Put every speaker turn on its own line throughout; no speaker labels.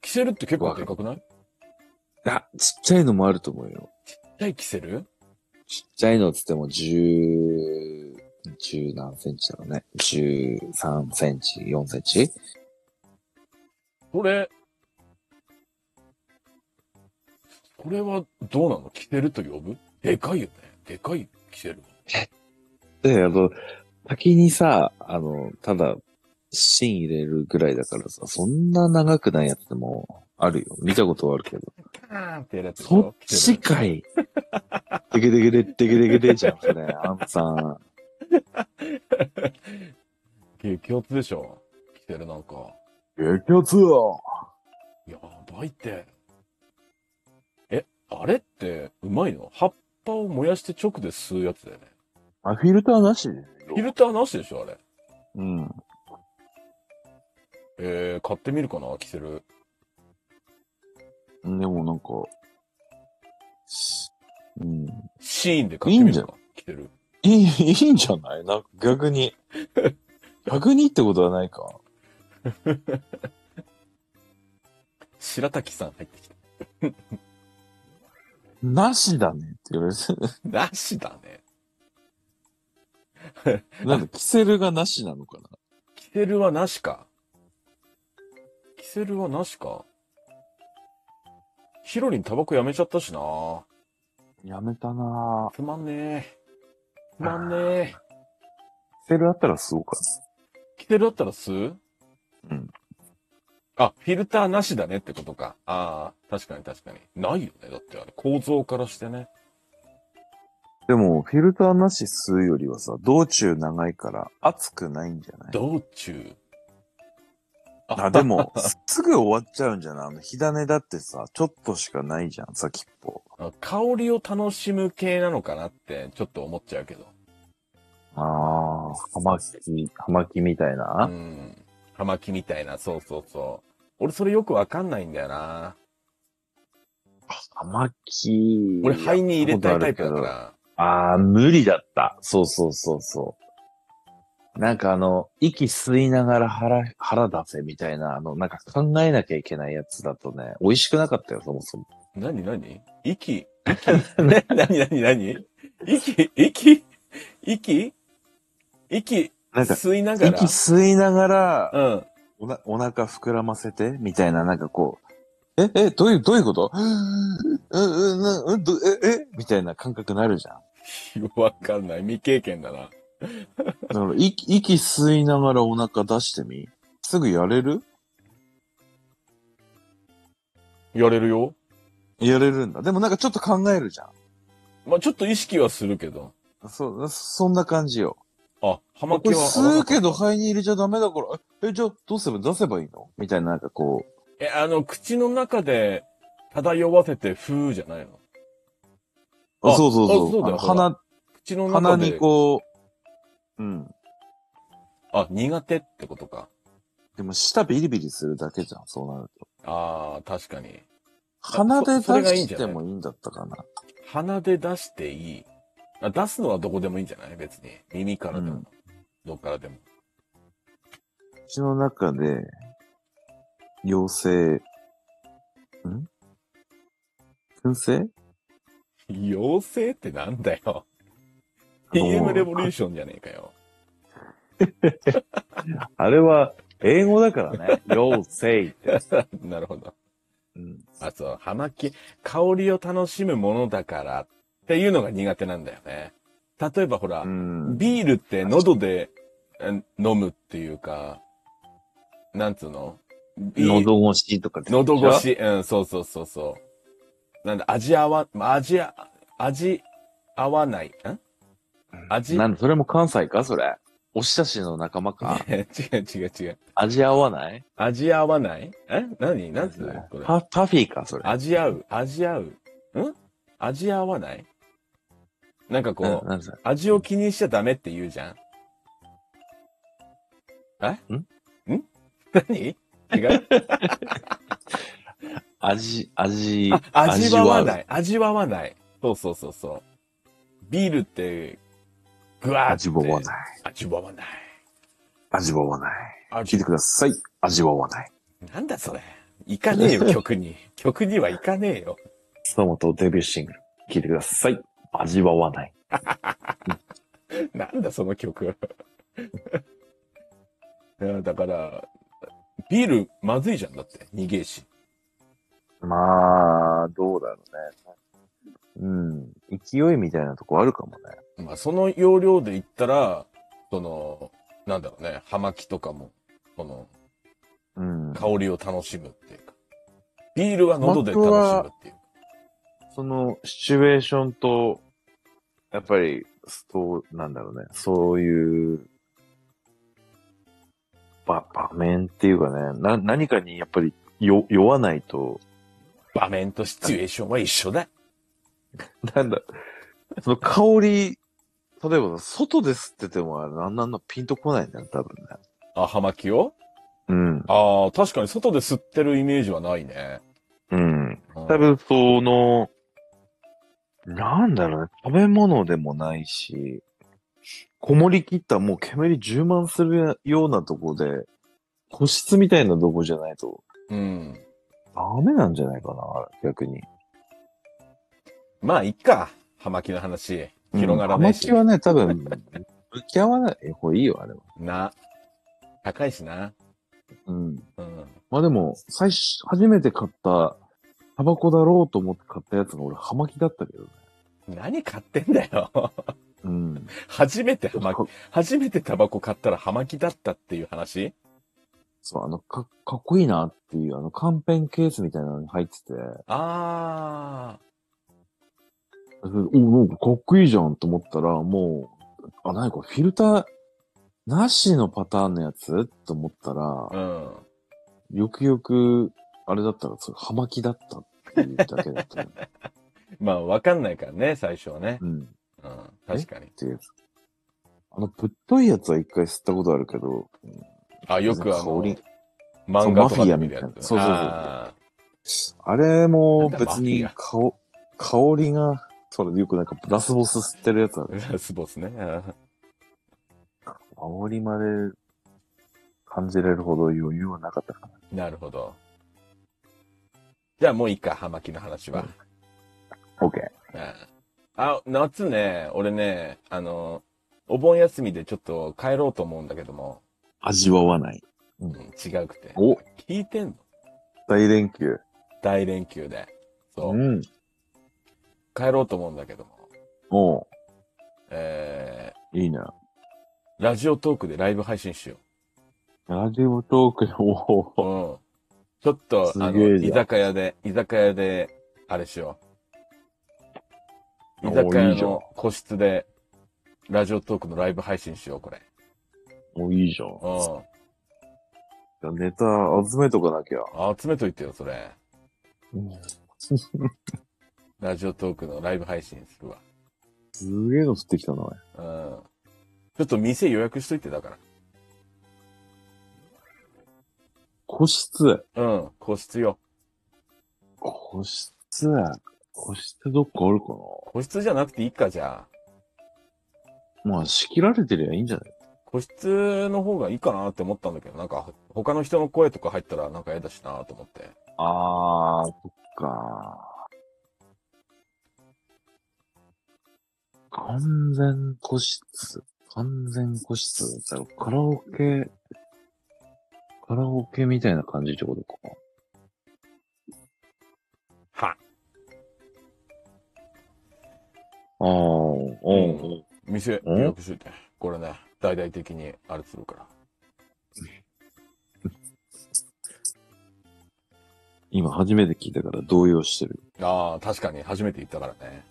キセルって結構でかくない
あ、ちっちゃいのもあると思うよ。
大キセル
ちっちゃいのっつっても10、10何センチだろうね。13センチ、4センチ
これ、これはどうなのキセルと呼ぶでかいよね。でかいキセル。
で、あの、先にさ、あの、ただ、芯入れるぐらいだからさ、そんな長くないやつでもあるよ。見たことはあるけど。
カーンってやるやつでし
そ
ょ
っちかい。でけでけで、でけでけでじゃん、それ。あんさん。
激アツでしょキセルなんか。
激アツよ。
やばいって。え、あれって、うまいの葉っぱを燃やして直で吸うやつだよね。
あ、フィルターなし
フィルターなしでしょあれ。
うん。
えー、買ってみるかなキセル。
でもなんか、うん。
シーンで買ってみるかキセル。
いい、いいんじゃないなんか逆 に。逆にってことはないか。
白滝さん入ってきた。
なしだねって言われて。
なしだね。
なんか、キセルがなしなのかな
キセルはなしか。キセルはなしか。ヒロリンタバコやめちゃったしな
やめたなぁ。
つまんねえ。つまんねえ。
キセルあったらすごかった。
キセルだったら吸う
うん。
あ、フィルターなしだねってことか。ああ、確かに確かに。ないよね。だってあれ、構造からしてね。
でも、フィルターなし吸うよりはさ、道中長いから熱くないんじゃない
道中。
あ、でも、 すぐ終わっちゃうんじゃないあの、火種だってさ、ちょっとしかないじゃん、先っぽ。
あ香りを楽しむ系なのかなって、ちょっと思っちゃうけど。
ああ、葉巻、葉巻みたいうな。
ん。葉巻みたいな、そうそうそう。俺それよくわかんないんだよな。
葉巻。
俺肺に入れたいタイプだから。
ああ、無理だった。そうそうそうそう。なんかあの、息吸いながら腹、腹出せみたいな、あの、なんか考えなきゃいけないやつだとね、美味しくなかったよ、そもそも。
なになに息息 なになになに息息息息
なんか、
吸いながら
息。吸いながら、
うん。
おな、お腹膨らませて、みたいな、なんかこう、え、え、どういう、どういうことうん、うん、なうん、どえ、え、みたいな感覚になるじゃん。
わかんない。未経験だな。
だから、息、息吸いながらお腹出してみすぐやれる
やれるよ。
やれるんだ。でもなんかちょっと考えるじゃ
まあ、ちょっと意識はするけど。
ん。そう、そんな感じよ。
あ、葉
こ
巻
れ
は。
吸うけど。肺に入れちゃダメだから、え、えじゃあどうすれば出せばいいのみたいな、なんかこう、
え、あの、口の中で漂わせて、ふーじゃないの
あ
あ
そうそうそ
あ
う
そうだよ
あの
そうだ
鼻、
口の
鼻
中で。
にこう、うん。
あ、苦手ってことか。
でも舌ビリビリするだけじゃん、そうなると。
ああ、確かに。
鼻で
そそれが
出
いいんじ
し
ゃな
て
い
もいいんだったかな。
鼻で出していい。あ出すのはどこでもいいんじゃない別に。耳からでも。
うん
どっからでも。
口の中で、妖精、ん燻製
妖精ってなんだよ。TM レボリューションじゃねえかよ。
あれは、英語だから ね。妖精って。
なるほど。
うん、
あ、そう、葉巻、香りを楽しむものだからっていうのが苦手なんだよね。例えばほら、
うん。
ビールって喉でえ飲むっていうか、なんつうのビー
喉越しとかって言うでょ
喉越。し、うん、そうそうそうそう。なんだ、味合わ、味あ、味合わない、ん味
なんだ、それも関西かそれ。おしたしの仲間か。
違う違う違う。
味合わない
味合わないえ何なんつうのこれ。
パパフィーか、それ。
味合う、味合う。ん味合わないなんかこう、
うんなんだ
味を気にしちゃダメって言うじゃん。え
ん
ん何違う
味、味。
あ、、味わわないい。味わわない。そうそうそうそう。ビールって、ぐわーって。。
味わわないい。
味わわない。
味わわない。聞い
味
てください。味わわない。
なんだそれ。行かねえ よ、曲に。曲には行かねえよ。
野本デビューシングル、聴いてください。味わわない。
なんだ、その曲。 いやだから、ビールまずいじゃん、だって。逃げえし。
まあ、どうだろうね。うん。勢いみたいなとこあるかもね。
まあ、その要領で言ったら、その、なんだろうね、葉巻とかも、その、
うん。
香りを楽しむっていうか。ビールは喉で楽しむっていう。
そのシチュエーションと、やっぱり、そう、なんだろうね。そういう、ば、場面っていうかね。な、何かにやっぱり、よ、酔わないと、
場面とシチュエーションは一緒だ。
なんだ、その香り、例えば外で吸っててもあれ、なんなんのピンとこないんだよ、多分ね。
あ、葉巻を
うん。
ああ、確かに外で吸ってるイメージはないね。
うん。
うん
多分その、なんだろうね、食べ物でもないし、こもりきったもう煙充満するようなとこで、個室みたいなとこじゃないと
うん。
ダメなんじゃないかな、逆に。
まあ、いっか。葉巻の話。広がら
な
ないい
し。
し。
ハマはね、多分、向き合わない方がいいよ、あれは。
な。高いしな。
うん。
うん。
まあでも、最初、初めて買った、タバコだろうと思って買ったやつが俺、葉巻だったけどね。
何買ってんだよ。
うん。
初めて葉巻、初めてタバコ買ったら葉巻だったっていう話
そう、あの、か、かっこいいなっていう、あの、カンペンケースみたいなのに入ってて、
あ
それお、なんかかっこいいじゃんと思ったら、もう、あ、何これ、フィルターなしのパターンのやつと思ったら
あ。、うん。
よくよく、あれだったら、それ、葉巻だったっていうだけだった ね。
まあ、わかんないからね、最初はね。
うん。っ
うん。確かに。
ていう。あの、ぶっといやつは一回吸ったことあるけど、
あ、よくあ
香
の、
り
漫画とかで見る
そうマフィアみたい
や
な
つ。
そうそうそう
あ
あれも
なんだ
別に
マフ
香、香りが、それよくなんかラスボス吸ってるやつある。
ー ラスボスね。うん
香りまで感じれるほど余裕はなかったかな。
なるほど。じゃあもういいか、葉巻の話は。
オッケー。
うんあ、夏ね、俺ね、あの、お盆休みでちょっと帰ろうと思うんだけども、
味わわない。
うん、違うくて。
お
聞いてんの
大連休。
大連休で。そう。
ん。
帰ろうと思うんだけども、
おう
え
いいね。
ー、ラジオトークでライブ配信しよ
ラジオトークの、お
う。う。
うん
ちょっと、
すげえ
あの、
じゃん
居酒屋で、居酒屋で、あれしよう。
お
居酒屋
いいじゃん
の個室で、ラジオトークのライブ配信しよう、これ。
もういいじゃん。
う
じゃあネタ集めとかなきゃ。
ん。集めといてよ、それ。ラジオトークのライブ配信するわ。
すげえの降ってきたな、おい
うん。ちょっと店予約しといて、だか
個室。
ら。うん。個室よ。
個室。個室どっかあるか
個室じゃなくていいか、じゃあ。
なまあ、仕切られてりゃいいんじゃない
個室の方がいいかなって思ったんだけど、なんか、他の人の声とか入ったらなんか嫌だしなと思って。
あー、そっか。完全個室。完全個室だったら、カラオケ、カラオケみたいな感じってことか。
は
あー、おう
う
おう
店
うん
予約しといて。これね、大々的にあれするから。
今初めて聞いたから動揺してる。
ああ、確かに初めて行ったからね。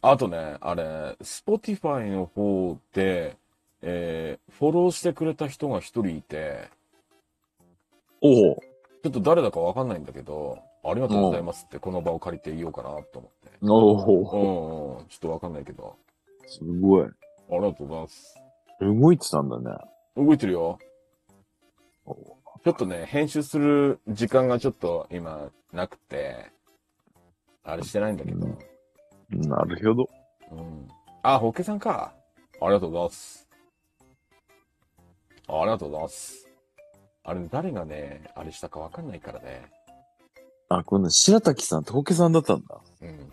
あとね、あれ、Spotify の方で、えー、フォローしてくれた人が一人いて、
おお
ちょっと誰だかわかんないんだけど、ありがとうございますってこの場を借りて言おうかなと思って。
お
う
お
んうん、ちょっとわかんないけど、
すごい。
ありがとうございます。
動いてたんだね。
動いてるよ。
おお
ちょっとね、編集する時間がちょっと今なくて、あれしてないんだけど。
なるほど。
うん。あ、ホッケさんか。ありがとうございます。あありがとうございます。あれ、誰がね、あれしたかわかんないからね。
あ、この白滝さん、峠さんだったんだ。
うん。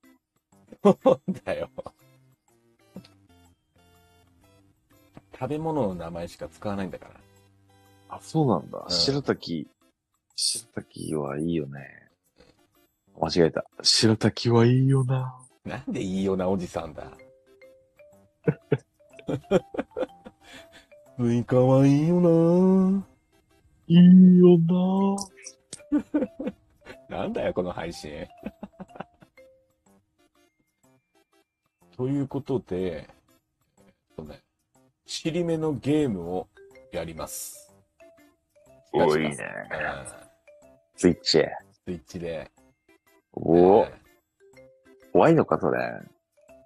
そうだよ。食べ物の名前しか使わないんだから。
あ、そうなんだ。
ん
白滝、白滝はいいよね。間違えた。白滝はいいよな。
なんでいいよなおじさんだ。 スイカはいいよない
いよな。
なんだよ、この配信。 ということで、えっとね、尻目のゲームをやります。
おいいね。
うん
スイッチ。
スイッチで。
おお
え、
怖いのか、それ。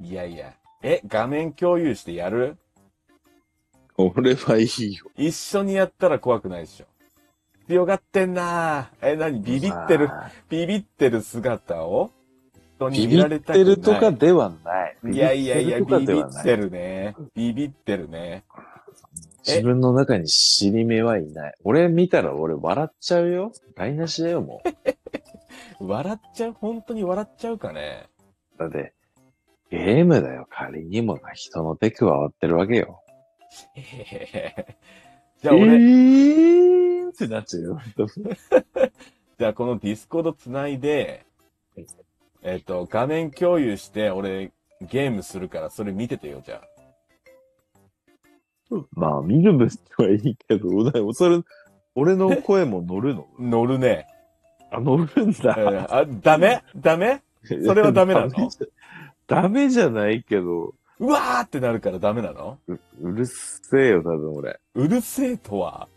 ーいやいや。え、画面共有してやる
俺はいいよ。
一緒にやったら怖くないでしょ。強がってんなぁ。え、なにビビってる、
あ
ビビってる姿を人
ー。
に
ビ
見
ビ
られ
った
くな
て
い。
るとかではない。
いやいやいや、
ビビ
ビビ
ってるとかでは
っ
ない。
てるね。ビビってるね。え
自分の中に尻目はいない。俺見たら俺笑っちゃうよ。台無しだよ、もう。
笑っちゃう本当に笑っちゃうかね
だって、ゲームだよ、仮にもが人の手加わってるわけよ。
へへへじゃあ俺、
えーってなっちゃうよ。
じゃあこのディスコードつないで
はい、
えっ、と、画面共有して、俺、ゲームするから、それ見ててよ、じゃあ。
まあ、見る分にはいいけど、お前もそれ、俺の声も 乗るの
乗るね。
あ、乗るん
う
だ。
んあ、ダメダメそれはダメなの
ダメじゃダメじゃないけど、
うわーってなるからダメなの
ううるせえよ、多分俺。
うるせえとは。